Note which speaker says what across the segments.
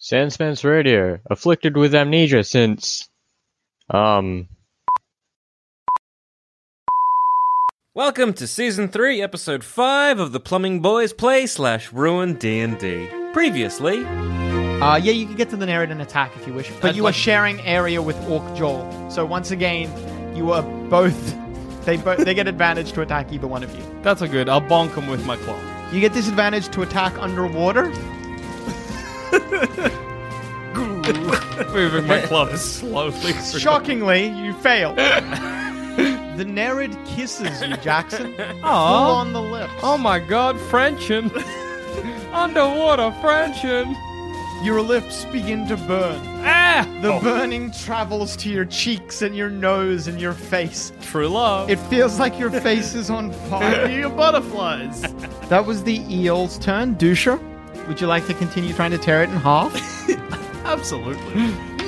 Speaker 1: Sandman's Radio, afflicted with amnesia since. Um.
Speaker 2: Welcome to season three, episode five of the Plumbing Boys Play slash Ruin D and D. Previously,
Speaker 3: Uh, yeah, you can get to the Nereid and attack if you wish, but
Speaker 2: I'd
Speaker 3: you
Speaker 2: like-
Speaker 3: are sharing area with Orc Joel. So once again, you are both. They both they get advantage to attack either one of you.
Speaker 4: That's all good. I'll bonk him with my claw.
Speaker 3: You get disadvantage to attack underwater.
Speaker 4: Moving my club slowly. through.
Speaker 3: Shockingly, you fail. the Nereid kisses you, Jackson. Full on the lips.
Speaker 4: Oh my god, Frenchin! Underwater Frenchin!
Speaker 3: Your lips begin to burn.
Speaker 4: Ah!
Speaker 3: The burning travels to your cheeks and your nose and your face.
Speaker 4: True love.
Speaker 3: It feels like your face is on fire.
Speaker 5: Your butterflies.
Speaker 3: That was the eel's turn. Dusha, would you like to continue trying to tear it in half?
Speaker 5: Absolutely.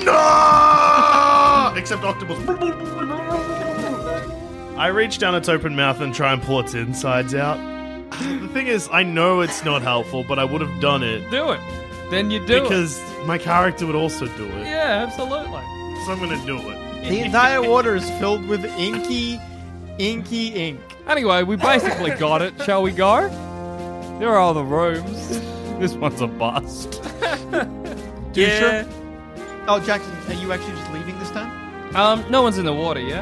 Speaker 5: no! Except octopus. I reach down its open mouth and try and pull its insides out. The thing is, I know it's not helpful, but I would have done it
Speaker 4: do it. Then you do
Speaker 5: because my character would also do
Speaker 4: it.
Speaker 5: it.
Speaker 4: Yeah, absolutely.
Speaker 5: So I'm gonna do it.
Speaker 3: the entire water is filled with inky, inky ink.
Speaker 4: Anyway, we basically got it. Shall we go? There are all the rooms. This one's a bust.
Speaker 2: yeah,
Speaker 3: Oh, Jackson, are you actually just leaving this time?
Speaker 4: Um, no one's in the water, yeah?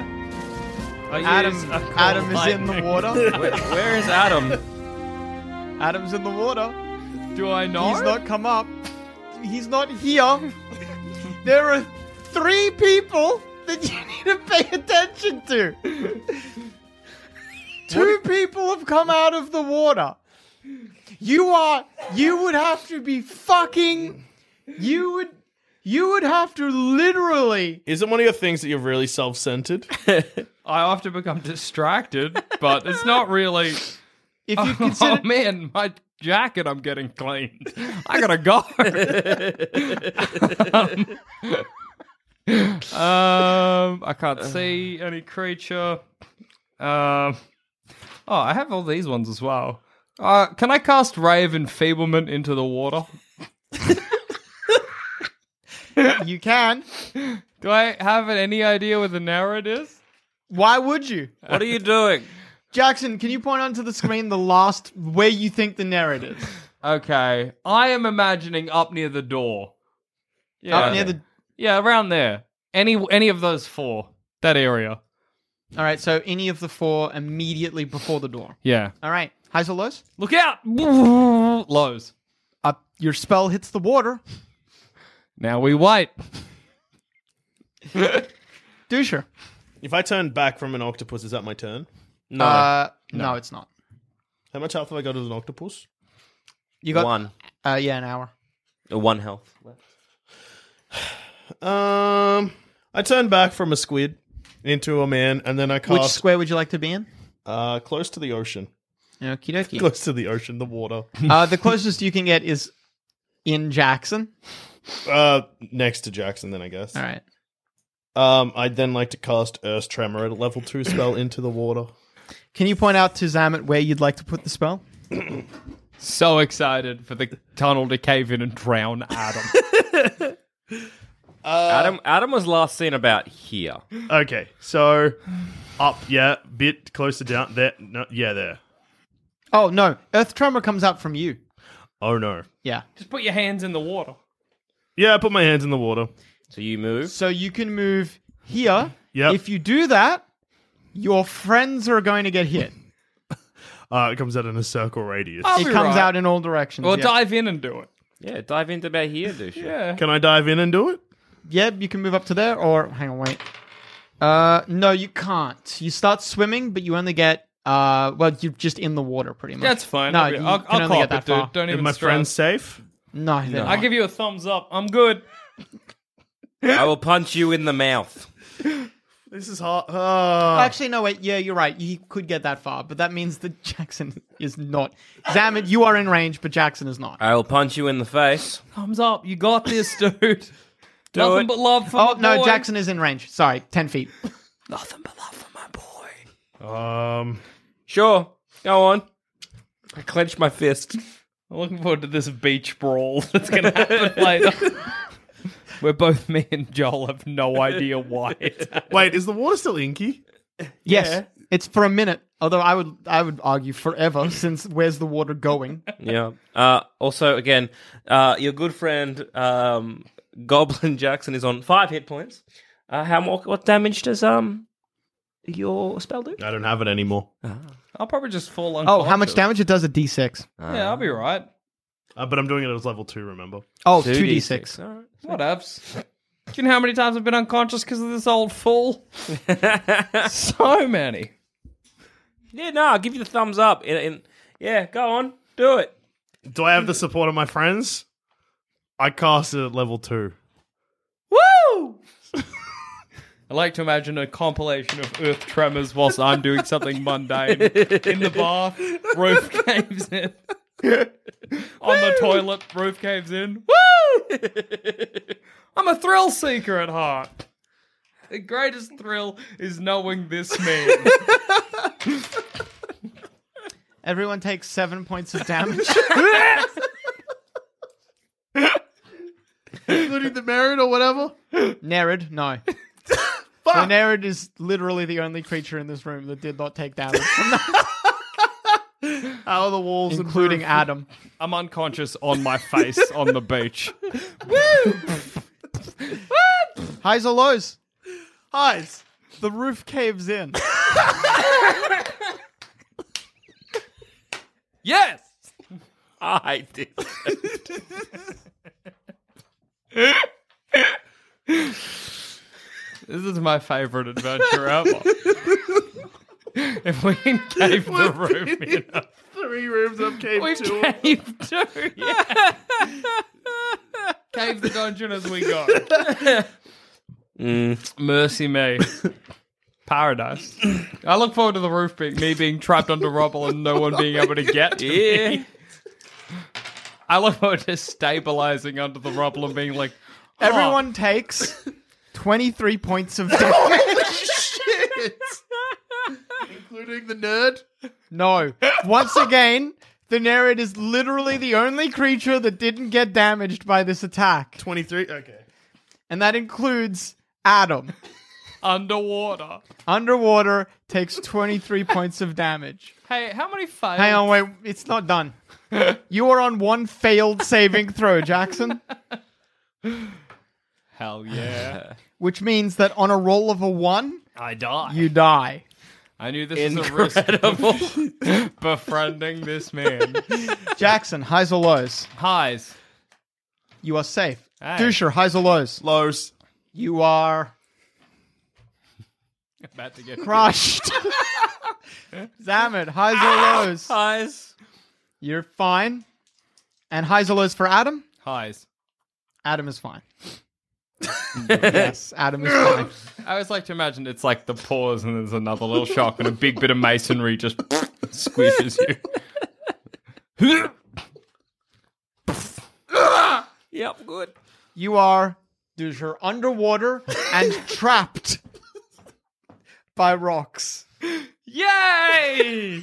Speaker 4: I
Speaker 3: Adam,
Speaker 4: use a cold
Speaker 3: Adam is in the
Speaker 4: lightning.
Speaker 3: water.
Speaker 2: Where- where is Adam?
Speaker 3: Adam's in the water.
Speaker 4: Do I know?
Speaker 3: He's not come up. He's not here. there are three people that you need to pay attention to. Two people have come out of the water. You are you would have to be fucking you would you would have to literally
Speaker 5: Is it one of your things that you're really self-centered?
Speaker 4: I often become distracted, but it's not really.
Speaker 3: if you
Speaker 4: oh
Speaker 3: consider
Speaker 4: man, my jacket I'm getting cleaned. I gotta go. um, I can't see any creature. Um, oh, I have all these ones as well. Uh, can I cast Ray of Enfeeblement into the water?
Speaker 3: you can,
Speaker 4: Do I have any idea where the narrow it is?
Speaker 3: why would you?
Speaker 2: What are you doing?
Speaker 3: Jackson, can you point onto the screen the last where you think the narrative is?
Speaker 4: Okay, I am imagining up near the door. Yeah,
Speaker 3: Up near the
Speaker 4: yeah, around there. Any any of those four? That area.
Speaker 3: All right, so any of the four immediately before the door.
Speaker 4: Yeah.
Speaker 3: All right, highs or lows?
Speaker 4: Look out! Lows.
Speaker 3: Up, your spell hits the water.
Speaker 4: Now we wait.
Speaker 3: Dusher.
Speaker 5: if I turn back from an octopus, is that my turn?
Speaker 2: No,
Speaker 3: Uh, no. it's not.
Speaker 5: How much health have I got as an octopus?
Speaker 3: You got
Speaker 2: one,
Speaker 3: Uh, yeah, an hour.
Speaker 2: Uh, one health. left.
Speaker 5: Um, I turn back from a squid into a man, and then I
Speaker 3: Which
Speaker 5: cast
Speaker 3: square would you like to be in?
Speaker 5: uh, close to the ocean.
Speaker 3: Okie dokie.
Speaker 5: Close to the ocean, the water.
Speaker 3: Uh, the closest you can get is in Jackson.
Speaker 5: Uh, next to Jackson, then I guess.
Speaker 3: All right.
Speaker 5: Um, I'd then like to cast Earth Tremor at a level two spell into the water.
Speaker 3: Can you point out to Zamet where you'd like to put the spell?
Speaker 4: So excited for the tunnel to cave in and drown Adam.
Speaker 2: Adam, Adam was last seen about here.
Speaker 5: Okay,
Speaker 4: so
Speaker 5: up, yeah, bit closer down there. No, yeah, there.
Speaker 3: Oh no, Earth Tremor comes up from you.
Speaker 5: Oh no.
Speaker 3: Yeah.
Speaker 4: Just put your hands in the water.
Speaker 5: Yeah, I put my hands in the water.
Speaker 2: So you move.
Speaker 3: So you can move here.
Speaker 5: Yep.
Speaker 3: If you do that, your friends are going to get hit.
Speaker 5: Uh, it comes out in a circle radius.
Speaker 4: I'll
Speaker 3: it
Speaker 4: be
Speaker 3: comes
Speaker 4: right.
Speaker 3: out in all directions.
Speaker 4: Or
Speaker 3: yeah.
Speaker 4: dive in and do it.
Speaker 2: Yeah, dive into about here, douche.
Speaker 4: Yeah.
Speaker 5: Can I dive in and do it?
Speaker 3: Yeah, you can move up to there, or hang on, wait. Uh, no, you can't. You start swimming, but you only get uh, well, you're just in the water pretty much.
Speaker 4: That's fine.
Speaker 3: No,
Speaker 4: I'll, be-
Speaker 3: you
Speaker 4: I'll,
Speaker 3: can
Speaker 4: I'll
Speaker 3: only
Speaker 4: cop
Speaker 3: get
Speaker 4: it,
Speaker 3: that
Speaker 4: dude.
Speaker 3: far.
Speaker 4: Don't
Speaker 5: Are
Speaker 4: even
Speaker 5: my
Speaker 4: stress.
Speaker 5: friends safe?
Speaker 3: No, they're
Speaker 4: I'll
Speaker 3: not.
Speaker 4: give you a thumbs up. I'm good.
Speaker 2: I will punch you in the mouth.
Speaker 5: This is hard. Uh,
Speaker 3: Actually, no, wait. Yeah, you're right. You could get that far, but that means that Jackson is not. Zaman, you are in range, but Jackson is not.
Speaker 2: I will punch you in the face.
Speaker 4: Thumbs up. You got this, dude. Nothing
Speaker 2: it.
Speaker 4: but love for
Speaker 3: Oh
Speaker 4: my
Speaker 3: no,
Speaker 4: boy.
Speaker 3: Jackson is in range. Sorry, ten feet.
Speaker 2: Nothing but love for my boy.
Speaker 5: um,
Speaker 2: Sure, go on. I clench my fist.
Speaker 4: I'm looking forward to this beach brawl that's going to happen later. Where both me and Joel have no idea why.
Speaker 5: wait, is the water still inky?
Speaker 3: Yes, it's for a minute. Although I would, I would argue forever, since where's the water going?
Speaker 2: Yeah. Uh, also, again, uh, your good friend um, Goblin Jackson is on five hit points. Uh, how more? What damage does um your spell do?
Speaker 5: I don't have it anymore.
Speaker 4: I'll probably just fall
Speaker 3: Oh,
Speaker 4: unconscious.
Speaker 3: how much damage? It does a d6.
Speaker 4: Yeah, I'll be right.
Speaker 5: Uh, but I'm doing it as level two. Remember?
Speaker 3: Oh, 2d6.
Speaker 2: All right.
Speaker 4: Whatevs. Do you know how many times I've been unconscious because of this old fool? so many.
Speaker 2: Yeah, no, I'll give you the thumbs up. In, in, yeah, go on, do it.
Speaker 5: Do I have the support of my friends? I cast it at level two.
Speaker 4: Woo! I like to imagine a compilation of earth tremors whilst I'm doing something mundane in the bath, roof caves in. On the toilet, roof caves in. Woo! I'm a thrill seeker at heart. The greatest thrill is knowing this man.
Speaker 3: Everyone takes seven points of damage.
Speaker 5: Including the merit or whatever?
Speaker 3: Nerid, no. So Nerid is literally the only creature in this room that did not take damage,
Speaker 5: Out of the walls, and
Speaker 3: including
Speaker 5: roof.
Speaker 3: Adam.
Speaker 4: I'm unconscious on my face on the beach.
Speaker 3: Highs or lows?
Speaker 5: Highs.
Speaker 3: The roof caves in.
Speaker 4: Yes!
Speaker 2: I did.
Speaker 4: This is my favorite adventure ever. if we can cave the room in,
Speaker 5: Three rooms up cave
Speaker 4: we've
Speaker 5: two.
Speaker 4: caved too. cave the dungeon as we go. Mercy me. Paradise. I look forward to the roof being me being trapped under rubble and no one being able to get to me.
Speaker 2: Yeah.
Speaker 4: I look forward to stabilizing under the rubble and being like,
Speaker 3: Everyone takes 23 points of damage.
Speaker 5: Including the nerd.
Speaker 3: No. Once again, the Nerid is literally the only creature that didn't get damaged by this attack.
Speaker 5: 23. Okay.
Speaker 3: And that includes Adam.
Speaker 4: underwater.
Speaker 3: Underwater takes 23 points of damage.
Speaker 4: Hey, how many fails?
Speaker 3: Hang on, wait. It's not done. You are on one failed saving throw, Jackson,
Speaker 4: Hell yeah.
Speaker 3: which means that on a roll of a one,
Speaker 4: I die.
Speaker 3: you die.
Speaker 4: I knew this was a risk. of Befriending this man.
Speaker 3: Jackson, highs or lows?
Speaker 4: Highs.
Speaker 3: You are safe.
Speaker 4: Aye.
Speaker 3: Dusher, highs or lows?
Speaker 5: Lows.
Speaker 3: You are
Speaker 4: About to get
Speaker 3: crushed. Zamet,
Speaker 2: Ah.
Speaker 3: highs or lows?
Speaker 2: Eyes.
Speaker 3: You're fine. And highs or lows for Adam?
Speaker 4: highs.
Speaker 3: Adam is fine. yes, Adam is fine.
Speaker 4: I always like to imagine it's like the pause and there's another little shock and a big bit of masonry just squishes you.
Speaker 2: Yep, good.
Speaker 3: You are Dusher underwater and trapped by rocks.
Speaker 4: Yay!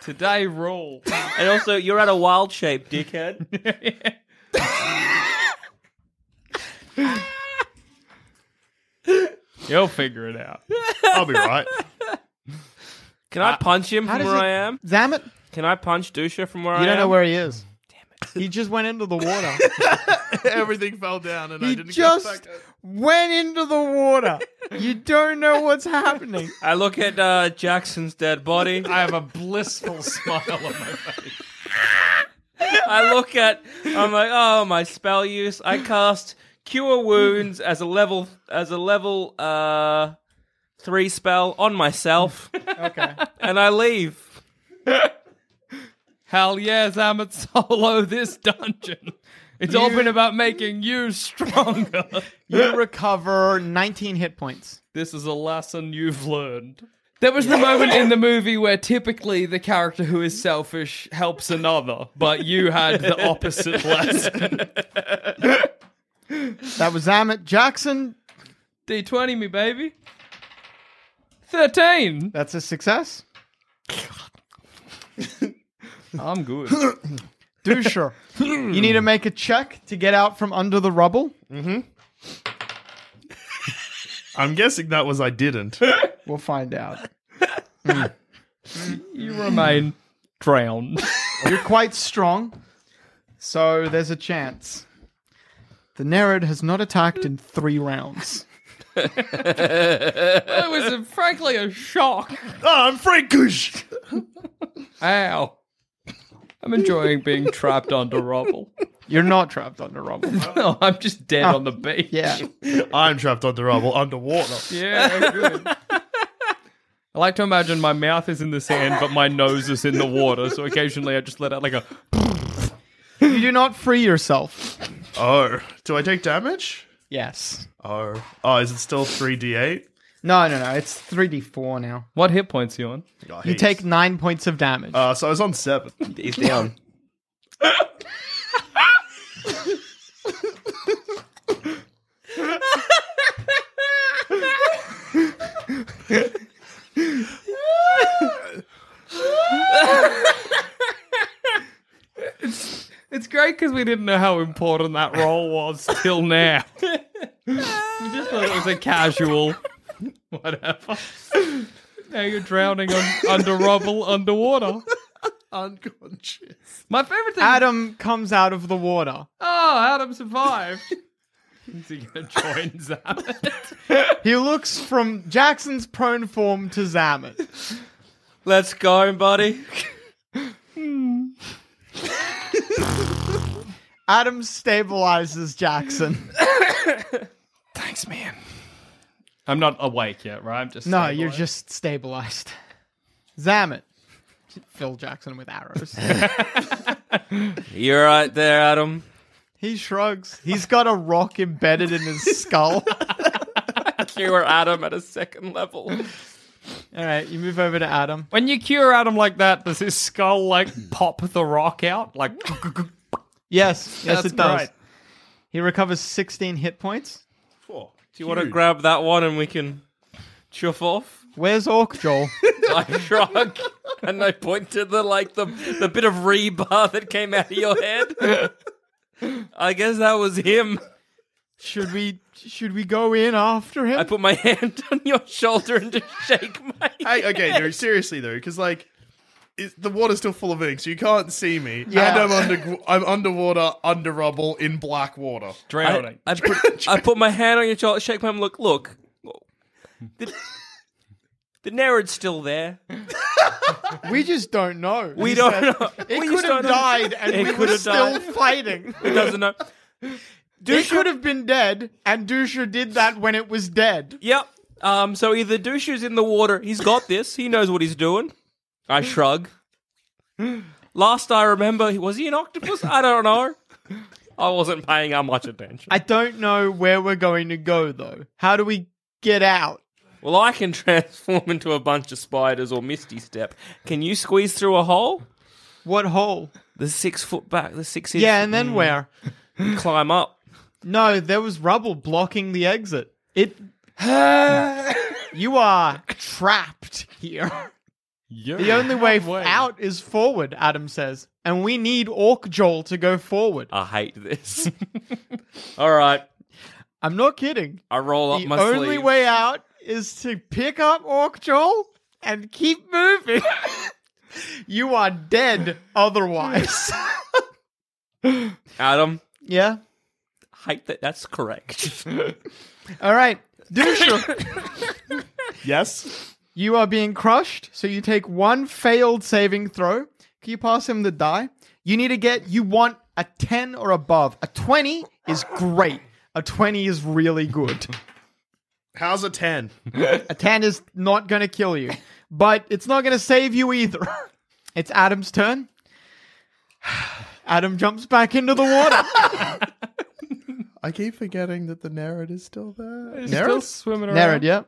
Speaker 4: Today roll.
Speaker 2: And also, you're at a wild shape, dickhead.
Speaker 4: You'll figure it out.
Speaker 5: I'll be right.
Speaker 2: Can I punch him from
Speaker 3: does
Speaker 2: where
Speaker 3: Uh, it-
Speaker 2: I am?
Speaker 3: Zamet,
Speaker 2: Can I punch Dusha from where I
Speaker 3: you
Speaker 2: am?
Speaker 3: don't know where he is. He just went into the water.
Speaker 5: Everything fell down and I
Speaker 3: he
Speaker 5: didn't come
Speaker 3: just
Speaker 5: back.
Speaker 3: went into the water. You don't know what's happening.
Speaker 2: I look at uh, Jackson's dead body.
Speaker 4: I have a blissful smile on my face.
Speaker 2: I look at. I'm like, oh my spell use. I cast Cure Wounds as a level as a level uh three spell on myself,
Speaker 3: Okay.
Speaker 2: and I leave.
Speaker 4: Hell yeah, Zamet solo this dungeon. It's all been about making you stronger.
Speaker 3: You recover 19 hit points.
Speaker 4: this is a lesson you've learned. There was the moment in the movie where typically the character who is selfish helps another, but you had the opposite lesson.
Speaker 3: That was Amit Jackson.
Speaker 4: D20 me, baby. 13.
Speaker 3: That's a success.
Speaker 4: I'm good.
Speaker 3: Dusher, you need to make a check to get out from under the rubble.
Speaker 5: I'm guessing that was I didn't.
Speaker 3: We'll find out.
Speaker 4: You remain drowned.
Speaker 3: You're quite strong, so there's a chance. The Nereid has not attacked in three rounds.
Speaker 4: it was a, frankly a shock.
Speaker 5: Ah, I'm Frankish.
Speaker 4: Ow. I'm enjoying being trapped under rubble.
Speaker 3: You're not trapped under rubble.
Speaker 4: No, I'm just dead on the beach.
Speaker 3: Yeah.
Speaker 5: I'm trapped under rubble underwater.
Speaker 4: Yeah, good. I like to imagine my mouth is in the sand, but my nose is in the water. So occasionally I just let out like a.
Speaker 3: You do not free yourself.
Speaker 5: Oh, do I take damage?
Speaker 3: Yes.
Speaker 5: Oh, oh, is it still three d8?
Speaker 3: No, no, no. It's 3d4 now.
Speaker 4: What hit points are you on?
Speaker 5: Oh,
Speaker 3: You
Speaker 5: heaps.
Speaker 3: take nine points of damage.
Speaker 5: Uh, so I was on seven.
Speaker 2: He's down.
Speaker 4: It's great because we didn't know how important that role was till now. we just thought it was a casual. Whatever. Now you're drowning un- under rubble underwater.
Speaker 5: Unconscious.
Speaker 4: My favorite thing.
Speaker 3: Adam comes out of the water.
Speaker 4: Oh, Adam survived. Is he going to join Zamet?
Speaker 3: He looks from Jackson's prone form to Zamet.
Speaker 2: Let's go, buddy.
Speaker 3: Adam stabilizes Jackson.
Speaker 4: Thanks, man. I'm not awake yet, right? I'm just.
Speaker 3: No,
Speaker 4: stabilized.
Speaker 3: you're just stabilized. Zamet. Phil Jackson with arrows.
Speaker 2: You're right there, Adam.
Speaker 3: he shrugs. He's got a rock embedded in his skull.
Speaker 2: Cure Adam at a second level.
Speaker 3: All right, you move over to Adam.
Speaker 4: When you cure Adam like that, does his skull like pop the rock out? Like,
Speaker 3: Yes, yes,
Speaker 4: That's
Speaker 3: it does.
Speaker 4: right.
Speaker 3: He recovers 16 hit points.
Speaker 5: Four.
Speaker 2: Do you want to grab that one and we can chuff off?
Speaker 3: Where's Orc Joel?
Speaker 2: I shrug and I point to the like the the bit of rebar that came out of your head. I guess that was him.
Speaker 3: should we should we go in after him?
Speaker 2: I put my hand on your shoulder and just shake my.
Speaker 5: Hey, okay, no, seriously though, because like. Is, the water's still full of ink, so you can't see me.
Speaker 3: Yeah.
Speaker 5: And I'm under, I'm underwater, under rubble, in black water.
Speaker 4: drowning.
Speaker 2: I, I put, I put my hand on your shoulder, shake my hand. Look, look. The, the Nereid's still there.
Speaker 3: we just don't know.
Speaker 2: We
Speaker 3: He
Speaker 2: don't
Speaker 3: said,
Speaker 2: know.
Speaker 3: It
Speaker 2: We
Speaker 3: could
Speaker 2: just
Speaker 3: have
Speaker 2: don't know.
Speaker 3: died, and
Speaker 2: It
Speaker 3: we
Speaker 2: could
Speaker 3: were
Speaker 2: have
Speaker 3: still
Speaker 2: died.
Speaker 3: fighting.
Speaker 2: It doesn't know.
Speaker 3: Dusha could have been dead, and Dusha did that when it was dead.
Speaker 2: Yep. Um. So either Dusha's in the water. He's got this. He knows what he's doing. I shrug. Last I remember, was he an octopus? I don't know. I wasn't paying that much attention.
Speaker 3: I don't know where we're going to go though. How do we get out?
Speaker 2: Well, I can transform into a bunch of spiders or Misty Step. Can you squeeze through a hole?
Speaker 3: What hole?
Speaker 2: The six foot back, the six inch.
Speaker 3: Yeah, and then where?
Speaker 2: climb up.
Speaker 3: No, there was rubble blocking the exit. It. Uh. you are trapped here. The only way out is forward, Adam says. And we need Orc Joel to go forward.
Speaker 2: I hate this. All right,
Speaker 3: I'm not kidding.
Speaker 2: I roll up
Speaker 3: the
Speaker 2: my
Speaker 3: only
Speaker 2: sleeve.
Speaker 3: way out is to pick up Orc Joel and keep moving. you are dead otherwise.
Speaker 2: Adam,
Speaker 3: Yeah.
Speaker 2: hate that. That's correct.
Speaker 3: All right. Dusha,
Speaker 5: Yes.
Speaker 3: you are being crushed, so you take one failed saving throw. Can you pass him the die? You need to get, you want a 10 or above. A 20 is great. A 20 is really good.
Speaker 5: How's a ten?
Speaker 3: A 10 is not going to kill you, but it's not going to save you either. It's Adam's turn. Adam jumps back into the water.
Speaker 6: I keep forgetting that the Nerid is still there.
Speaker 4: Still swimming around.
Speaker 3: Nerid, yeah.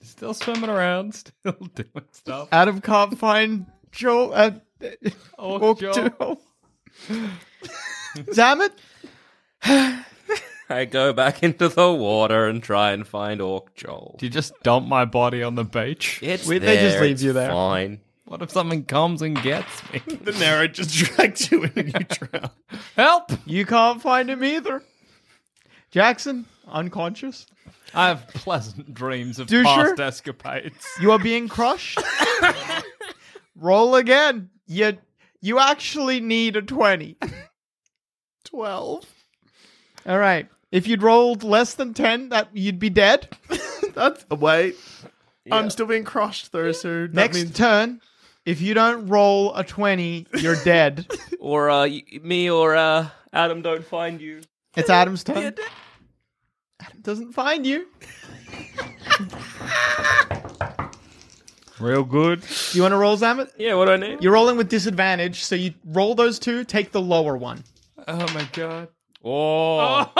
Speaker 4: Still swimming around. Still doing stuff.
Speaker 3: Adam can't find Joel. Uh,
Speaker 4: Oh,
Speaker 3: Orc
Speaker 4: Joel.
Speaker 3: Joel. Zamet,
Speaker 2: I go back into the water and try and find Orc Joel.
Speaker 4: Do you just dump my body on the beach?
Speaker 2: It's
Speaker 3: We-
Speaker 2: there,
Speaker 3: they just leave
Speaker 2: it's
Speaker 3: you there.
Speaker 2: Fine.
Speaker 4: What if something comes and gets me?
Speaker 5: The narrator just dragged you in and you drowned.
Speaker 4: Help!
Speaker 3: you can't find him either. Jackson, unconscious.
Speaker 4: I have pleasant dreams of
Speaker 3: Doucher?
Speaker 4: past escapades.
Speaker 3: You are being crushed. Roll again. You you actually need a twenty.
Speaker 6: Twelve.
Speaker 3: All right. If you'd rolled less than ten, that you'd be dead.
Speaker 6: That's wait. I'm still being crushed though, so that
Speaker 3: Next
Speaker 6: means
Speaker 3: turn, if you don't roll a twenty, you're dead.
Speaker 2: Or uh, y- me or uh, Adam don't find you.
Speaker 3: it's Adam's turn. Adam doesn't find you.
Speaker 4: Real good.
Speaker 3: You want to roll, Zamet?
Speaker 2: Yeah, what do I need?
Speaker 3: You're rolling with disadvantage, so you roll those two, take the lower one.
Speaker 4: Oh my god.
Speaker 2: Oh.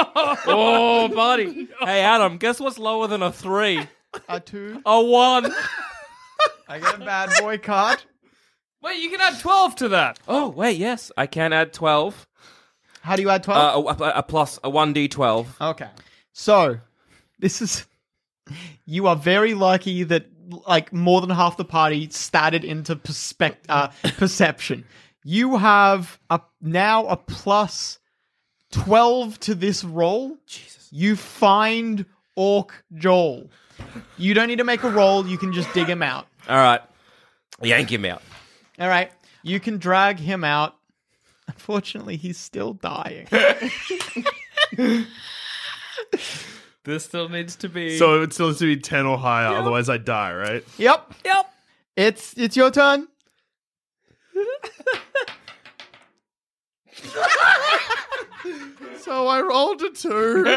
Speaker 2: oh, buddy. Hey, Adam, guess what's lower than a three?
Speaker 3: A Uh, two.
Speaker 2: A one.
Speaker 3: I get a bad boy card.
Speaker 4: Wait, you can add 12 to that.
Speaker 2: Oh, wait, yes. I can add 12.
Speaker 3: How do you add 12?
Speaker 2: Uh, a, a- a plus, a 1d12.
Speaker 3: Okay. So, this is. You are very lucky that, like, more than half the party started into perspect- uh, perception. You have a, now a plus 12 to this roll. Jesus. You find Orc Joel. You don't need to make a roll, you can just dig him out.
Speaker 2: All right. Yank him out.
Speaker 3: All right. You can drag him out. Unfortunately, he's still dying.
Speaker 4: This still needs to be.
Speaker 5: So it would still have to be ten or higher, otherwise I die, right?
Speaker 3: yep. Yep. It's it's your turn.
Speaker 6: so I rolled a two.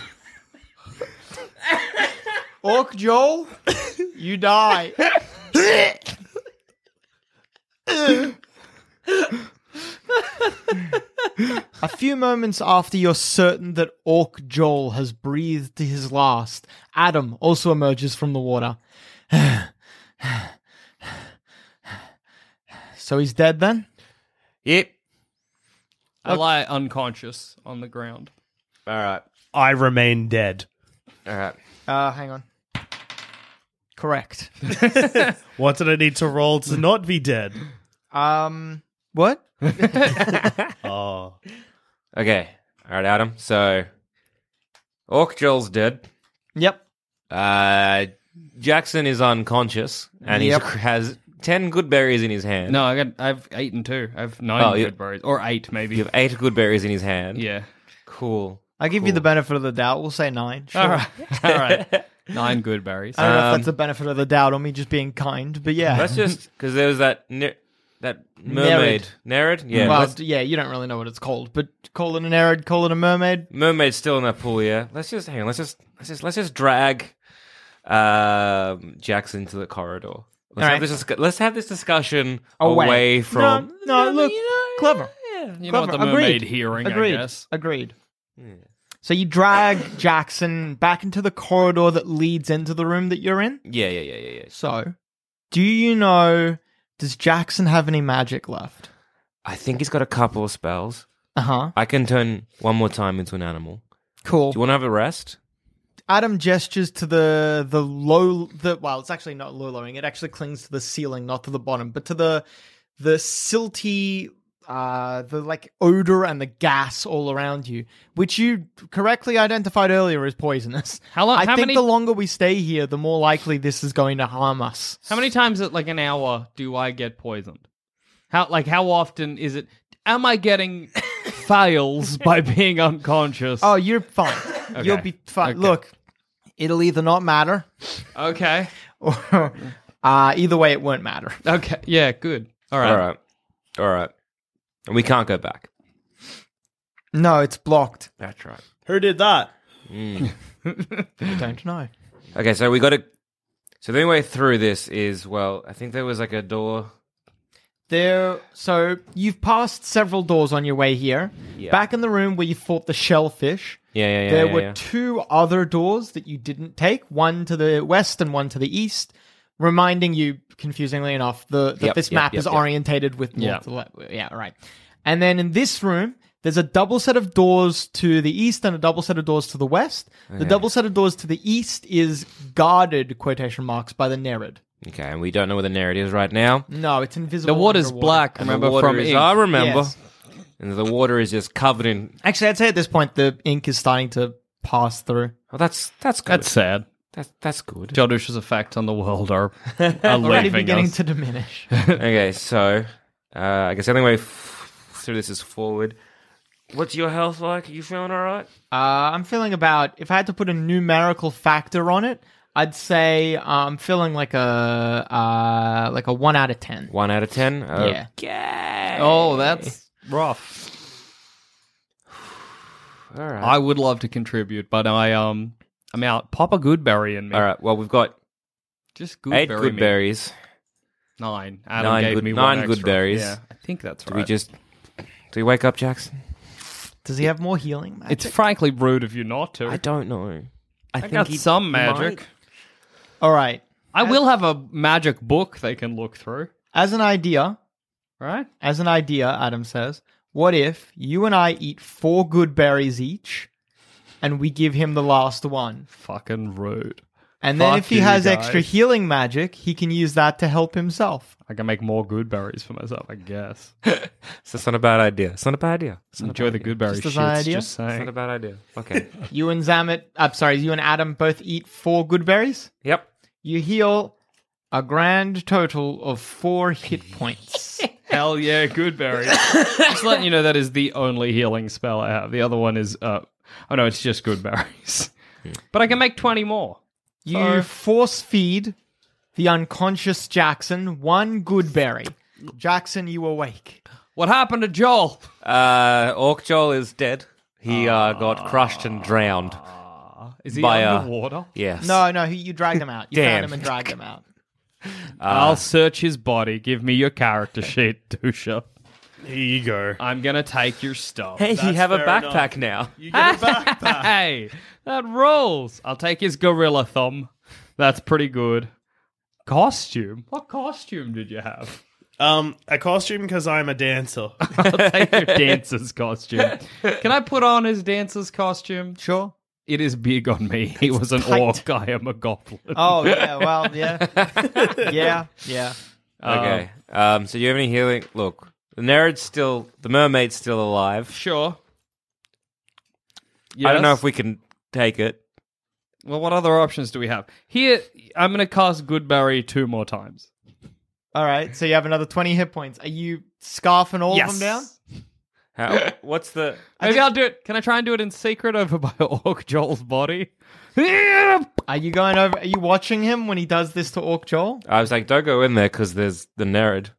Speaker 3: Orc Joel, you die. A few moments after you're certain that Orc Joel has breathed his last, Adam also emerges from the water. so he's dead then?
Speaker 4: Yep. I lie unconscious on the ground.
Speaker 2: All right.
Speaker 5: I remain dead.
Speaker 3: All right. Uh, hang on. Correct.
Speaker 5: What did I need to roll to not be dead?
Speaker 3: um, what?
Speaker 5: Oh.
Speaker 2: Okay. All right, Adam. So, Orc Joel's dead.
Speaker 3: Yep.
Speaker 2: Uh, Jackson is unconscious, and
Speaker 4: Yep.
Speaker 2: he has ten good berries in his hand.
Speaker 4: No, I got. I've eaten two. I've nine
Speaker 2: Oh, you-
Speaker 4: good berries, or eight maybe.
Speaker 2: You have eight good berries in his hand.
Speaker 4: Yeah.
Speaker 2: Cool.
Speaker 3: I'll give you the benefit of the doubt. We'll say nine. Sure.
Speaker 4: All right. All right. Nine good berries.
Speaker 3: I don't know if
Speaker 2: Um,
Speaker 3: that's the benefit of the doubt on me just being kind, but yeah.
Speaker 2: Let's just because there was that ne- that mermaid Nereid. Yeah.
Speaker 3: Well,
Speaker 2: let's-
Speaker 3: d- yeah, you don't really know what it's called, but call it an arid, call it a mermaid.
Speaker 2: mermaid's still in that pool. Yeah. Let's just hang on. Let's just let's just let's just drag um, Jackson to the corridor. Let's
Speaker 3: All
Speaker 2: have
Speaker 3: right.
Speaker 2: this. Discu- let's have this discussion
Speaker 3: Away.
Speaker 2: away, from.
Speaker 3: No, no, look, clever.
Speaker 4: You know what the
Speaker 3: Clever.
Speaker 4: mermaid
Speaker 3: Agreed.
Speaker 4: hearing?
Speaker 3: Agreed.
Speaker 4: I guess.
Speaker 3: Agreed. So you drag Jackson back into the corridor that leads into the room that you're in.
Speaker 2: Yeah, yeah, yeah, yeah, yeah.
Speaker 3: So, do you know? Does Jackson have any magic left?
Speaker 2: I think he's got a couple of spells.
Speaker 3: Uh huh.
Speaker 2: I can turn one more time into an animal.
Speaker 3: Cool.
Speaker 2: Do you want to have a rest?
Speaker 3: Adam gestures to the the low the well, it's actually not low lowering. It actually clings to the ceiling, not to the bottom, but to the the silty uh the like odor and the gas all around you, which you correctly identified earlier as poisonous.
Speaker 4: How lo-
Speaker 3: I
Speaker 4: how
Speaker 3: think
Speaker 4: many-
Speaker 3: the longer we stay here, the more likely this is going to harm us.
Speaker 4: How many times at like an hour do I get poisoned? How like how often is it? Am I getting fails by being unconscious?
Speaker 3: Oh, you're fine. You'll be fine.
Speaker 4: Okay.
Speaker 3: Look, it'll either not matter
Speaker 4: okay,
Speaker 3: or uh either way it won't matter.
Speaker 4: okay, yeah, good. All right.
Speaker 2: All right. All right. And we can't go back.
Speaker 3: No, it's blocked.
Speaker 2: That's right.
Speaker 5: Who did that?
Speaker 3: I don't know.
Speaker 2: Okay, so we got to. So the only way through this is well, I think there was like a door.
Speaker 3: There, so you've passed several doors on your way here.
Speaker 2: Yeah.
Speaker 3: Back in the room where you fought the shellfish,
Speaker 2: Yeah, yeah, yeah.
Speaker 3: there
Speaker 2: yeah,
Speaker 3: were
Speaker 2: yeah.
Speaker 3: two other doors that you didn't take one to the west and one to the east, reminding you, confusingly enough, the, that
Speaker 2: Yep,
Speaker 3: this
Speaker 2: yep,
Speaker 3: map
Speaker 2: yep,
Speaker 3: is
Speaker 2: yep.
Speaker 3: orientated with north
Speaker 4: Yeah.
Speaker 3: to left. Yeah, right. And then in this room, there's a double set of doors to the east and a double set of doors to the west. The double set of doors to the east is guarded, quotation marks, by the Nerid.
Speaker 2: Okay, and we don't know where the narrative is right now.
Speaker 3: No, it's invisible.
Speaker 4: The water's
Speaker 3: underwater.
Speaker 4: black.
Speaker 2: And
Speaker 4: remember
Speaker 2: the water
Speaker 4: from
Speaker 2: is,
Speaker 4: ink.
Speaker 2: I remember.
Speaker 3: Yes.
Speaker 2: And the water is just covered in.
Speaker 3: Actually, I'd say at this point the ink is starting to pass through.
Speaker 2: Oh, that's that's good.
Speaker 4: That's
Speaker 2: That's
Speaker 4: sad.
Speaker 2: that's, that's good.
Speaker 4: Jodush's effects on the world are, are
Speaker 3: Already
Speaker 4: leaving
Speaker 3: beginning
Speaker 4: us.
Speaker 3: to diminish.
Speaker 2: okay, so uh, I guess the only way f- through this is forward. What's your health like? Are you feeling all right?
Speaker 3: Uh, I'm feeling about. If I had to put a numerical factor on it, I'd say uh, I'm feeling like a uh, like a one out of ten.
Speaker 2: One out of ten. Oh,
Speaker 3: Yeah.
Speaker 4: Oh, that's rough.
Speaker 2: All right.
Speaker 4: I would love to contribute, but I um I'm out. Pop a Goodberry in me.
Speaker 2: all right. Well, we've got
Speaker 4: Just
Speaker 2: eight
Speaker 4: Goodberry.
Speaker 2: good
Speaker 4: me.
Speaker 2: berries.
Speaker 4: Nine. Adam
Speaker 2: Nine
Speaker 4: gave
Speaker 2: good-
Speaker 4: me one
Speaker 2: nine good
Speaker 4: extra.
Speaker 2: berries.
Speaker 4: Yeah, I think that's
Speaker 2: Do
Speaker 4: right.
Speaker 2: we just? Do we wake up, Jackson?
Speaker 3: Does he have more healing? magic?
Speaker 4: It's frankly rude of you not to.
Speaker 2: I don't know. I,
Speaker 4: I
Speaker 2: think
Speaker 4: got
Speaker 2: he
Speaker 4: some
Speaker 2: might.
Speaker 4: magic.
Speaker 3: all right.
Speaker 4: I will have a magic book they can look through,
Speaker 3: As an idea,
Speaker 4: right?
Speaker 3: as an idea, Adam says, what if you and I eat four good berries each, and we give him the last one?
Speaker 4: Fucking rude.
Speaker 3: And then
Speaker 4: Fuck
Speaker 3: if he
Speaker 4: you
Speaker 3: has
Speaker 4: guys.
Speaker 3: extra healing magic, he can use that to help himself.
Speaker 4: I can make more good berries for myself, I guess.
Speaker 2: So it's not a bad idea. It's not a bad idea. It's not,
Speaker 4: Enjoy the good berry
Speaker 3: Just as
Speaker 4: shits,
Speaker 3: an idea?
Speaker 4: just
Speaker 2: it's not
Speaker 4: saying.
Speaker 2: a bad idea. Okay.
Speaker 3: You and Zamet, I'm sorry, you and Adam both eat four good berries.
Speaker 2: yep.
Speaker 3: You heal a grand total of four hit points.
Speaker 4: Hell yeah, good berry. just letting you know that is the only healing spell I have. The other one is, uh, oh no, it's just good berries. but I can make 20 more.
Speaker 3: you force feed the unconscious Jackson one good berry. Jackson, you awake.
Speaker 4: What happened to Joel?
Speaker 2: Uh, Orc Joel is dead. He uh, got crushed and drowned.
Speaker 4: Is he
Speaker 2: By, uh,
Speaker 4: underwater?
Speaker 2: Yes.
Speaker 3: No, no, he- you dragged him out. You
Speaker 2: Damn.
Speaker 3: found him and dragged him out.
Speaker 4: I'll search his body. Give me your character sheet, Dusha.
Speaker 5: Here you go.
Speaker 4: I'm gonna take your stuff. Uh,
Speaker 2: Hey, you
Speaker 5: That's
Speaker 2: have a
Speaker 5: fair
Speaker 2: backpack
Speaker 5: enough.
Speaker 2: now.
Speaker 5: You get a backpack.
Speaker 4: hey, that rolls. I'll take his gorilla thumb. That's pretty good. Costume? What costume did you have?
Speaker 5: um, a costume because I'm a dancer.
Speaker 4: I'll take your dancer's costume. Can I put on his dancer's costume?
Speaker 3: Sure.
Speaker 4: It is big on me. He was an
Speaker 3: tight.
Speaker 4: orc. I am a goblin.
Speaker 3: Oh yeah, well yeah, yeah, yeah.
Speaker 2: Okay. Um, so you have any healing? Look, the Nereid's still, the mermaid's still alive.
Speaker 4: Sure.
Speaker 2: I don't know
Speaker 4: Yes.
Speaker 2: if we can take it.
Speaker 4: Well, what other options do we have? Here, I'm going to cast Goodberry two more times.
Speaker 3: All right, so you have another twenty hit points. Are you scarfing all of them down?
Speaker 2: How, what's the?
Speaker 4: Maybe I'll do it. Can I try and do it in secret over by Orc Joel's body? Yep.
Speaker 3: Are you going over? Are you watching him when he does this to Orc Joel?
Speaker 2: I was like, don't go in there because there's the Nereid.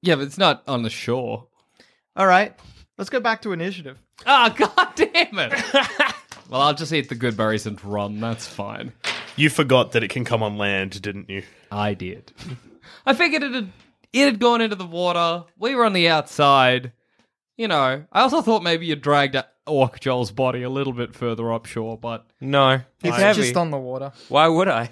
Speaker 4: Yeah, but it's not on the shore.
Speaker 3: All right, let's go back to initiative.
Speaker 4: Ah, god damn it! well, I'll just eat the good berries and run. That's fine.
Speaker 5: You forgot that it can come on land, didn't you?
Speaker 4: I did. I figured it had it had gone into the water. We were on the outside. You know, I also thought maybe you dragged Orc Joel's body a little bit further upshore, but
Speaker 2: No, it's
Speaker 3: It's
Speaker 2: heavy.
Speaker 3: just on the water.
Speaker 2: Why would I?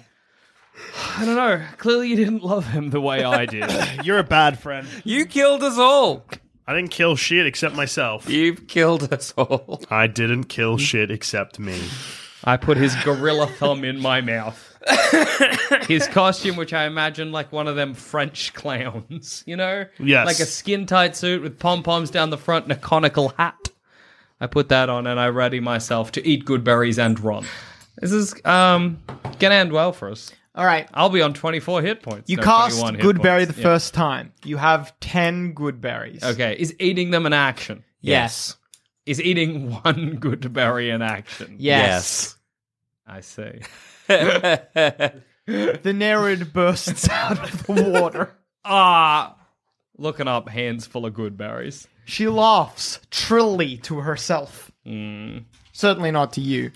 Speaker 4: I don't know. Clearly, you didn't love him the way I did.
Speaker 5: You're a bad friend.
Speaker 2: You killed us all.
Speaker 5: I didn't kill shit except myself.
Speaker 2: You've killed us all.
Speaker 5: I didn't kill shit except me.
Speaker 4: I put his gorilla thumb in my mouth. his costume, which I imagine like one of them French clowns, you know?
Speaker 5: Yes.
Speaker 4: Like a skin tight suit with pom poms down the front and a conical hat. I put that on and I ready myself to eat good berries and run. This is um gonna end well for us.
Speaker 3: All right,
Speaker 4: I'll be on twenty four hit points.
Speaker 3: you
Speaker 4: No,
Speaker 3: cast
Speaker 4: 21 hit
Speaker 3: Goodberry
Speaker 4: points.
Speaker 3: the
Speaker 4: Yeah.
Speaker 3: first time. You have ten good berries.
Speaker 4: Okay. Is eating them an action?
Speaker 3: Yes.
Speaker 4: Is eating one good berry an action?
Speaker 3: Yes.
Speaker 4: I see.
Speaker 3: The Nereid bursts out of the water.
Speaker 4: Ah, looking up hands full of good berries.
Speaker 3: She laughs trilly to herself.
Speaker 4: Mm.
Speaker 3: Certainly not to you.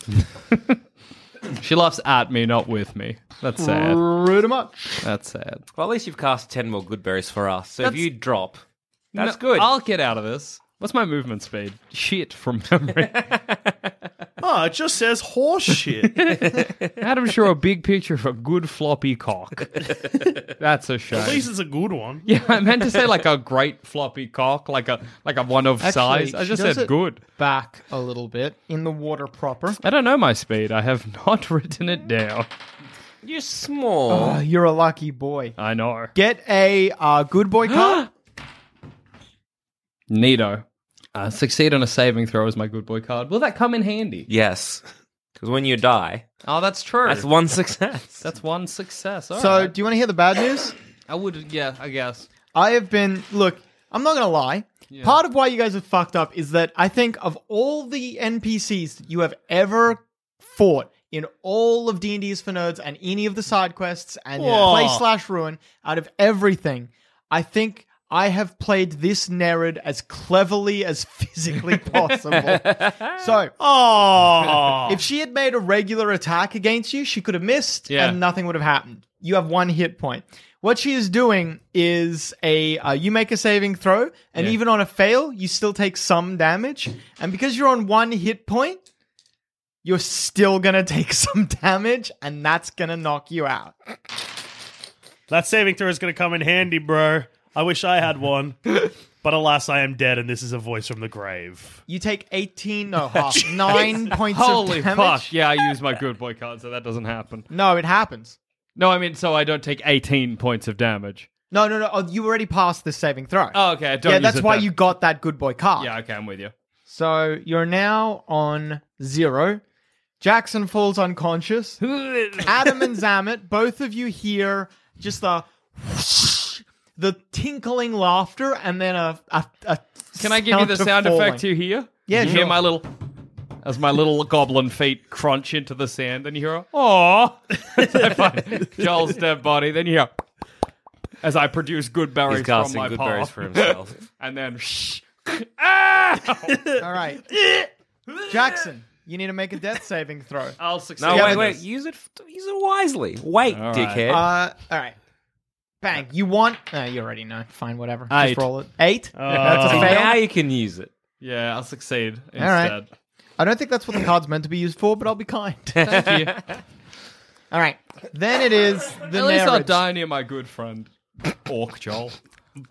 Speaker 4: She laughs at me, not with me. That's sad.
Speaker 3: Pretty much.
Speaker 4: That's sad.
Speaker 2: Well, at least you've cast ten more good berries for us. So if
Speaker 4: That's-
Speaker 2: you drop, that's
Speaker 4: No,
Speaker 2: good.
Speaker 4: I'll get out of this. What's my movement speed? Shit from memory.
Speaker 5: Oh, it just says horse shit. At
Speaker 4: Adam Shaw, a big picture of a good floppy cock. That's a shame.
Speaker 5: least it's a good one.
Speaker 4: yeah, I meant to say like a great floppy cock, like a like a one of size. I
Speaker 3: she
Speaker 4: just
Speaker 3: does
Speaker 4: said
Speaker 3: it
Speaker 4: good.
Speaker 3: Back a little bit in the water proper.
Speaker 4: I don't know my speed. I have not written it down.
Speaker 2: You're small.
Speaker 3: Ah, you're a lucky boy.
Speaker 4: I know.
Speaker 3: Get a uh, good boy card.
Speaker 4: Nito. Uh, succeed on a saving throw is my good boy card. Will that come in handy?
Speaker 2: Yes, because when you die,
Speaker 4: Oh, that's true.
Speaker 2: that's one success.
Speaker 4: That's one success. All
Speaker 3: so,
Speaker 4: right.
Speaker 3: do you want to hear the bad news?
Speaker 4: I would, yeah, I guess.
Speaker 3: I have been. Look, I'm not going to lie. Part of why you guys have fucked up is that I think of all the NPCs that you have ever fought in all of D&D's for Nerds and any of the side quests and
Speaker 5: Whoa.
Speaker 3: play slash ruin, out of everything, I think I have played this Nerid as cleverly as physically possible. so,
Speaker 5: Oh,
Speaker 3: if she had made a regular attack against you, she could have missed
Speaker 4: Yeah.
Speaker 3: and nothing would have happened. You have one hit point. What she is doing is a uh, you make a saving throw, and even on a fail, you still take some damage. And because you're on one hit point, you're still gonna take some damage, and that's gonna knock you out.
Speaker 5: that saving throw is going to come in handy, bro. I wish I had one. But alas, I am dead, and this is a voice from the grave.
Speaker 3: You take eighteen, no half, nine points
Speaker 4: Holy
Speaker 3: of damage.
Speaker 4: fuck. Yeah, I use my good boy card, so that doesn't happen.
Speaker 3: No, it happens.
Speaker 4: No, I mean, so I don't take 18 points of damage.
Speaker 3: No, no, no. Oh, you already passed the saving throw.
Speaker 4: Oh, okay. I don't
Speaker 3: yeah,
Speaker 4: use
Speaker 3: that's
Speaker 4: it
Speaker 3: why
Speaker 4: then.
Speaker 3: you got that good boy card.
Speaker 4: Yeah, okay, I'm with you.
Speaker 3: So you're now on zero. Jackson falls unconscious. Adam and Zamet, both of you hear just the whoosh, the tinkling laughter, and then a. a, a
Speaker 4: Can I give you the
Speaker 3: of
Speaker 4: sound
Speaker 3: falling.
Speaker 4: effect you hear?
Speaker 3: Yeah,
Speaker 4: you
Speaker 3: sure.
Speaker 4: hear my little. As my little goblin feet crunch into the sand, and you hear, "Aw!" As I find Joel's dead body, then you hear, as I produce good berries
Speaker 2: He's
Speaker 4: from
Speaker 2: casting
Speaker 4: my
Speaker 2: good
Speaker 4: path.
Speaker 2: berries for himself.
Speaker 4: and then shh. Ah!
Speaker 3: All right, Jackson, you need to make a death saving throw.
Speaker 4: I'll succeed.
Speaker 2: no,
Speaker 3: Yeah,
Speaker 2: wait,
Speaker 3: but-
Speaker 2: wait. Use it. Use it wisely. Wait,
Speaker 4: All right.
Speaker 2: dickhead.
Speaker 3: Uh, all right. Bang. You want? No, you already know. Fine, whatever.
Speaker 4: Eight.
Speaker 3: Just roll it. Eight.
Speaker 5: Oh.
Speaker 3: That's a
Speaker 2: See, now
Speaker 3: fail.
Speaker 2: you can use it.
Speaker 4: Yeah, I'll succeed instead.
Speaker 3: right. I don't think that's what the card's meant to be used for, but I'll be kind.
Speaker 4: Thank you.
Speaker 3: All right. Then it is the
Speaker 4: At least I'll
Speaker 3: narrative.
Speaker 4: die near my good friend, Orc Joel.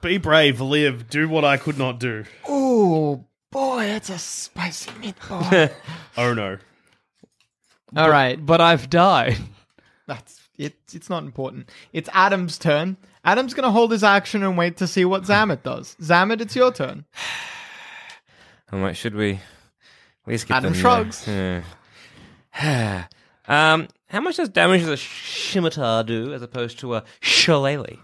Speaker 5: Be brave, live, do what I could not do.
Speaker 3: Oh boy, that's a spicy meatball.
Speaker 5: Oh no.
Speaker 3: All right.
Speaker 4: But I've died.
Speaker 3: That's it. It's not important. It's Adam's turn. Adam's gonna hold his action and wait to see what Zamet does. Zamet, it's your turn.
Speaker 2: I'm like, should we? We skip
Speaker 3: Adam
Speaker 2: them, yeah.
Speaker 3: shrugs.
Speaker 2: Yeah. um, how much does damage does a scimitar do as opposed to a shillelagh?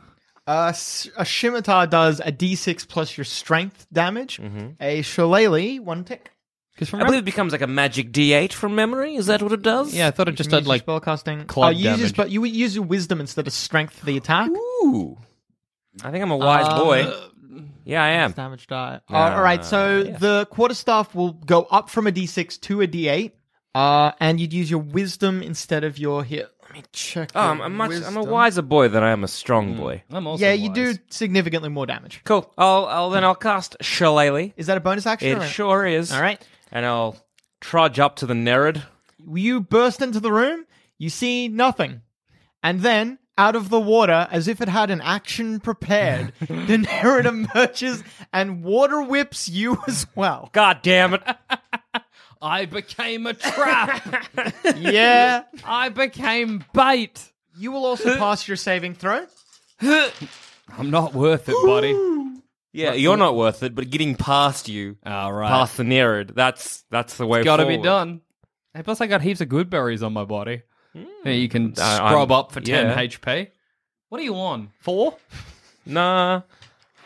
Speaker 3: Uh, s- a scimitar does a d6 plus your strength damage.
Speaker 4: Mm-hmm.
Speaker 3: A shillelagh, one tick. Because
Speaker 2: I believe it becomes like a magic D8 from memory. Is that what it does?
Speaker 3: Yeah, I thought it just did, like, spellcasting.
Speaker 2: club
Speaker 3: Oh, you use your
Speaker 2: damage.
Speaker 3: spe- you would use your wisdom instead of strength for the attack.
Speaker 2: Ooh. I think I'm a wise boy.
Speaker 3: Uh,
Speaker 2: Yeah, I am.
Speaker 3: Damage die. Uh, all right, so
Speaker 2: Ah,
Speaker 3: the quarterstaff will go up from a d6 to a d8, uh, and you'd use your wisdom instead of your hit. Let me check.
Speaker 2: Oh, I'm,
Speaker 3: your
Speaker 2: I'm much. I'm a
Speaker 3: wisdom. Mm.
Speaker 2: wiser boy than I am a strong boy.
Speaker 4: I'm
Speaker 3: yeah, you do significantly more damage.
Speaker 2: Cool. I'll, I'll then I'll cast Shillelagh.
Speaker 3: Is that a bonus action?
Speaker 2: It
Speaker 3: or-
Speaker 2: sure is.
Speaker 3: All right.
Speaker 2: And I'll trudge up to the Nerid.
Speaker 3: You burst into the room, you see nothing. And then, out of the water, as if it had an action prepared, the Nereid emerges and water whips you as well.
Speaker 2: God damn it.
Speaker 4: I became a trap.
Speaker 3: Yeah.
Speaker 4: I became bait.
Speaker 3: You will also pass your saving throw.
Speaker 4: I'm not worth it, buddy.
Speaker 2: Yeah, you're not worth it, but getting past you,
Speaker 4: All right.
Speaker 2: past the Nerid, that's that's the way.
Speaker 4: Gotta be
Speaker 2: forward.
Speaker 4: done. Hey, plus, I got heaps of good berries on my body. Yeah, you can
Speaker 2: I- I'm-
Speaker 4: scrub up for 10
Speaker 2: yeah.
Speaker 4: HP. What are you on? Four?
Speaker 2: Nah.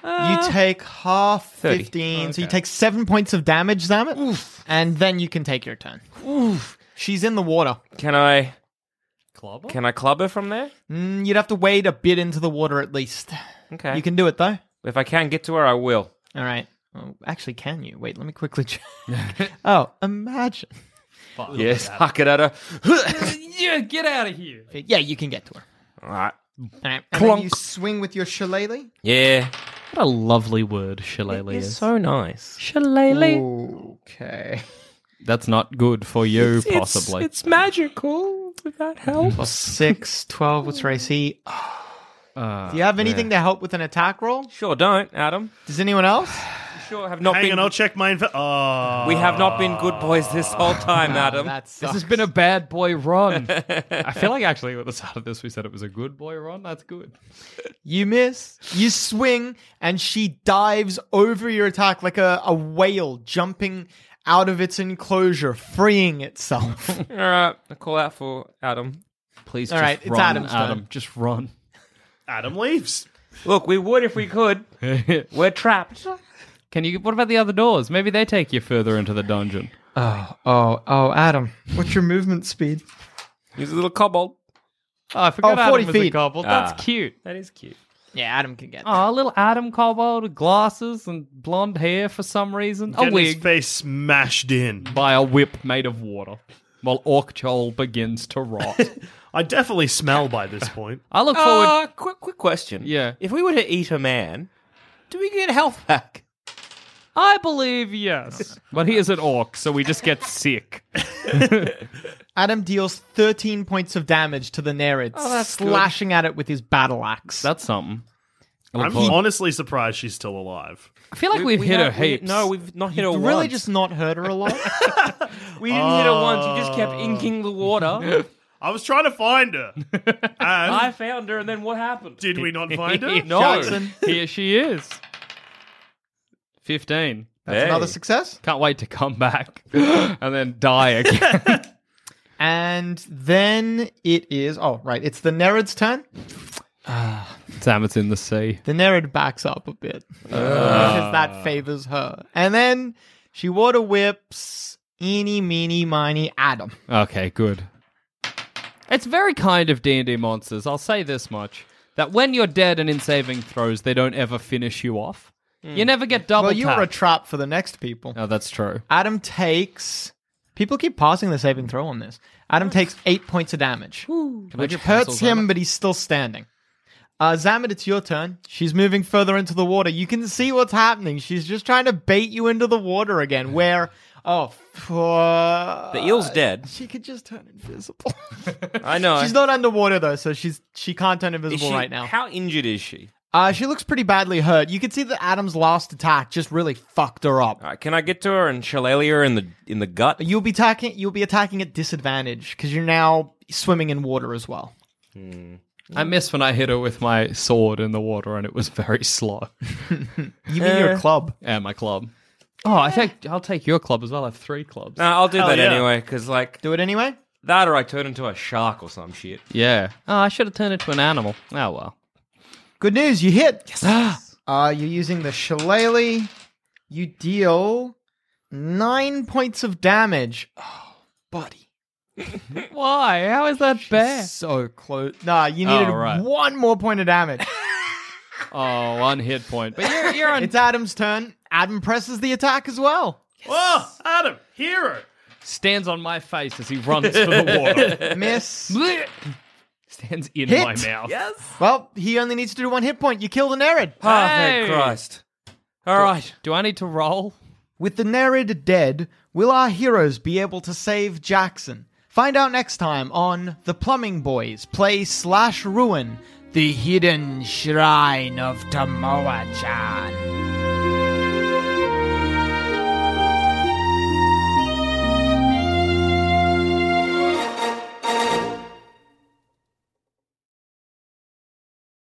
Speaker 3: you take half
Speaker 2: 30.
Speaker 3: 15, so you take seven points of damage, Zamet. And then you can take your turn. She's in the water.
Speaker 2: Can I
Speaker 4: Club?
Speaker 2: can I club her from there?
Speaker 3: Mm, you'd have to wade a bit into the water at least.
Speaker 2: Okay.
Speaker 3: You can do it, though.
Speaker 2: If I can get to her, I will.
Speaker 3: All right. Oh, actually, can you? Wait, let me quickly check. oh, imagine.
Speaker 2: yes, huck it at her.
Speaker 4: Yeah, get out of here.
Speaker 3: Yeah, you can get to her.
Speaker 2: All right.
Speaker 3: All right. And then
Speaker 2: Clunk.
Speaker 3: you swing with your shillelagh.
Speaker 2: Yeah.
Speaker 4: What a lovely word shillelagh
Speaker 2: It's
Speaker 4: is.
Speaker 2: so nice.
Speaker 4: shillelagh.
Speaker 3: Okay.
Speaker 4: That's not good for you, possibly.
Speaker 2: It's magical. Would that help?
Speaker 3: Plus six, 12. What's your AC?
Speaker 4: Uh,
Speaker 3: Do you have anything to help with an attack roll?
Speaker 2: Sure don't, Adam.
Speaker 3: Does anyone else?
Speaker 2: Sure have not
Speaker 5: Hang
Speaker 2: been.
Speaker 5: on, I'll check my info. Oh,
Speaker 2: we have not been good boys this whole time, Adam.
Speaker 3: That's
Speaker 4: this has been a bad boy run. I feel like actually at the start of this we said it was a good boy run. That's good.
Speaker 3: You miss. You swing, and she dives over your attack like a, a whale jumping out of its enclosure, freeing itself.
Speaker 2: All right. I call out for Adam.
Speaker 4: Please
Speaker 3: All
Speaker 4: just
Speaker 3: right, it's
Speaker 4: run,
Speaker 3: Adam's
Speaker 4: Adam.
Speaker 3: turn.
Speaker 4: Just run.
Speaker 5: Adam leaves.
Speaker 2: Look, we would if we could. We're trapped.
Speaker 4: Can you what about the other doors? Maybe they take you further into the dungeon.
Speaker 3: oh, oh, oh, Adam. What's your movement speed?
Speaker 2: He's a little kobold.
Speaker 4: Oh, I forgot
Speaker 3: Oh,
Speaker 4: Adam
Speaker 3: 40
Speaker 4: was a
Speaker 3: feet.
Speaker 4: kobold.
Speaker 2: Ah.
Speaker 4: That's cute.
Speaker 2: That is cute.
Speaker 3: Yeah, Adam can get
Speaker 4: Oh, a little Adam kobold with glasses and blonde hair for some reason. a
Speaker 5: Getting his
Speaker 4: wig
Speaker 5: face smashed in.
Speaker 4: by a whip made of water. While Orkchol begins to rot.
Speaker 5: I definitely smell by this point.
Speaker 4: I look forward
Speaker 3: Ah.
Speaker 2: Uh, quick, quick question.
Speaker 4: Yeah.
Speaker 2: If we were to eat a man, do we get health back?
Speaker 4: I believe yes. But he is an orc, so we just get sick.
Speaker 3: Adam deals 13 points of damage to the Nereid, slashing at it with his battle axe.
Speaker 4: That's something. I, look
Speaker 5: I'm
Speaker 4: forward-
Speaker 5: honestly surprised she's still alive.
Speaker 4: I feel like we, have hit her
Speaker 2: have- we-
Speaker 4: heaps.
Speaker 2: no, we've not hit her
Speaker 3: You've
Speaker 2: once.
Speaker 3: really just not hurt her a lot.
Speaker 2: we didn't hit her once. You just kept inking the water.
Speaker 5: I was trying to find her. And
Speaker 2: I found her, and then what happened?
Speaker 5: did we not find her?
Speaker 4: no.
Speaker 3: Jackson.
Speaker 4: Here she is. 15.
Speaker 3: That's another success.
Speaker 4: Can't wait to come back and then die again.
Speaker 3: And then it is. Oh, right. It's the Nereid's turn.
Speaker 4: Damn, it's in the sea.
Speaker 3: The Nereid backs up a bit because that favors her. And then she water whips eeny, meeny, miny Adam.
Speaker 4: Okay, good. It's very kind of D&D monsters, I'll say this much, that when you're dead and in saving throws, they don't ever finish you off. You never get double
Speaker 3: well, you
Speaker 4: tap.
Speaker 3: are a trap for the next people.
Speaker 4: oh, that's true.
Speaker 3: Adam takes. People keep passing the saving throw on this. Adam takes eight points of damage,
Speaker 4: Can I
Speaker 3: which
Speaker 4: get
Speaker 3: hurts
Speaker 4: pencils,
Speaker 3: him,
Speaker 4: Emma?
Speaker 3: but he's still standing. Uh, Zamet, it's your turn. She's moving further into the water. You can see what's happening. She's just trying to bait you into the water again. Where, oh, for...
Speaker 2: The eel's dead.
Speaker 3: She could just turn invisible.
Speaker 2: I know.
Speaker 3: she's not underwater though, so she's she can't turn
Speaker 2: Is
Speaker 3: invisible
Speaker 2: she-
Speaker 3: right now.
Speaker 2: How injured is she?
Speaker 3: Uh, she looks pretty badly hurt. You can see that Adam's last attack just really fucked her up.
Speaker 7: All right, can I get to her and shillelagh her in the in the gut?
Speaker 3: You'll be attacking. You'll be attacking at disadvantage because you're now swimming in water as well.
Speaker 4: I miss when I hit her with my sword in the water and it was very slow.
Speaker 3: You mean your
Speaker 4: Eh.
Speaker 3: club?
Speaker 4: Yeah, my club. Ah. Oh, I take I'll take your club as well. I have three clubs.
Speaker 7: No, I'll do
Speaker 4: Hell
Speaker 7: that
Speaker 4: yeah.
Speaker 7: anyway, because like
Speaker 3: do it anyway.
Speaker 7: That or I turn into a shark or some shit.
Speaker 4: Yeah. Oh, I should have turned into an animal. Oh well.
Speaker 3: Good news, you hit. Yes. uh, you're using the shillelagh. You deal nine points of damage. Oh, buddy.
Speaker 4: Why? How is that bad?
Speaker 3: So close. Nah, you needed
Speaker 4: Oh, right.
Speaker 3: one more point of damage.
Speaker 4: Oh, one hit point. But you're, you're on.
Speaker 3: it's Adam's turn. Adam presses the attack as well.
Speaker 5: Whoa, Adam, hero.
Speaker 4: stands on my face as he runs for the water.
Speaker 3: Miss.
Speaker 4: Blech. Stands in
Speaker 3: Hit.
Speaker 4: my mouth.
Speaker 7: Yes.
Speaker 3: Well, he only needs to do one hit point. You kill the Nerid.
Speaker 7: Oh, thank Christ. All right.
Speaker 4: Do I need to roll?
Speaker 3: With the Nerid dead, will our heroes be able to save Jackson? Find out next time on The Plumbing Boys Play Slash Ruin The Hidden Shrine of Tomoa Chan.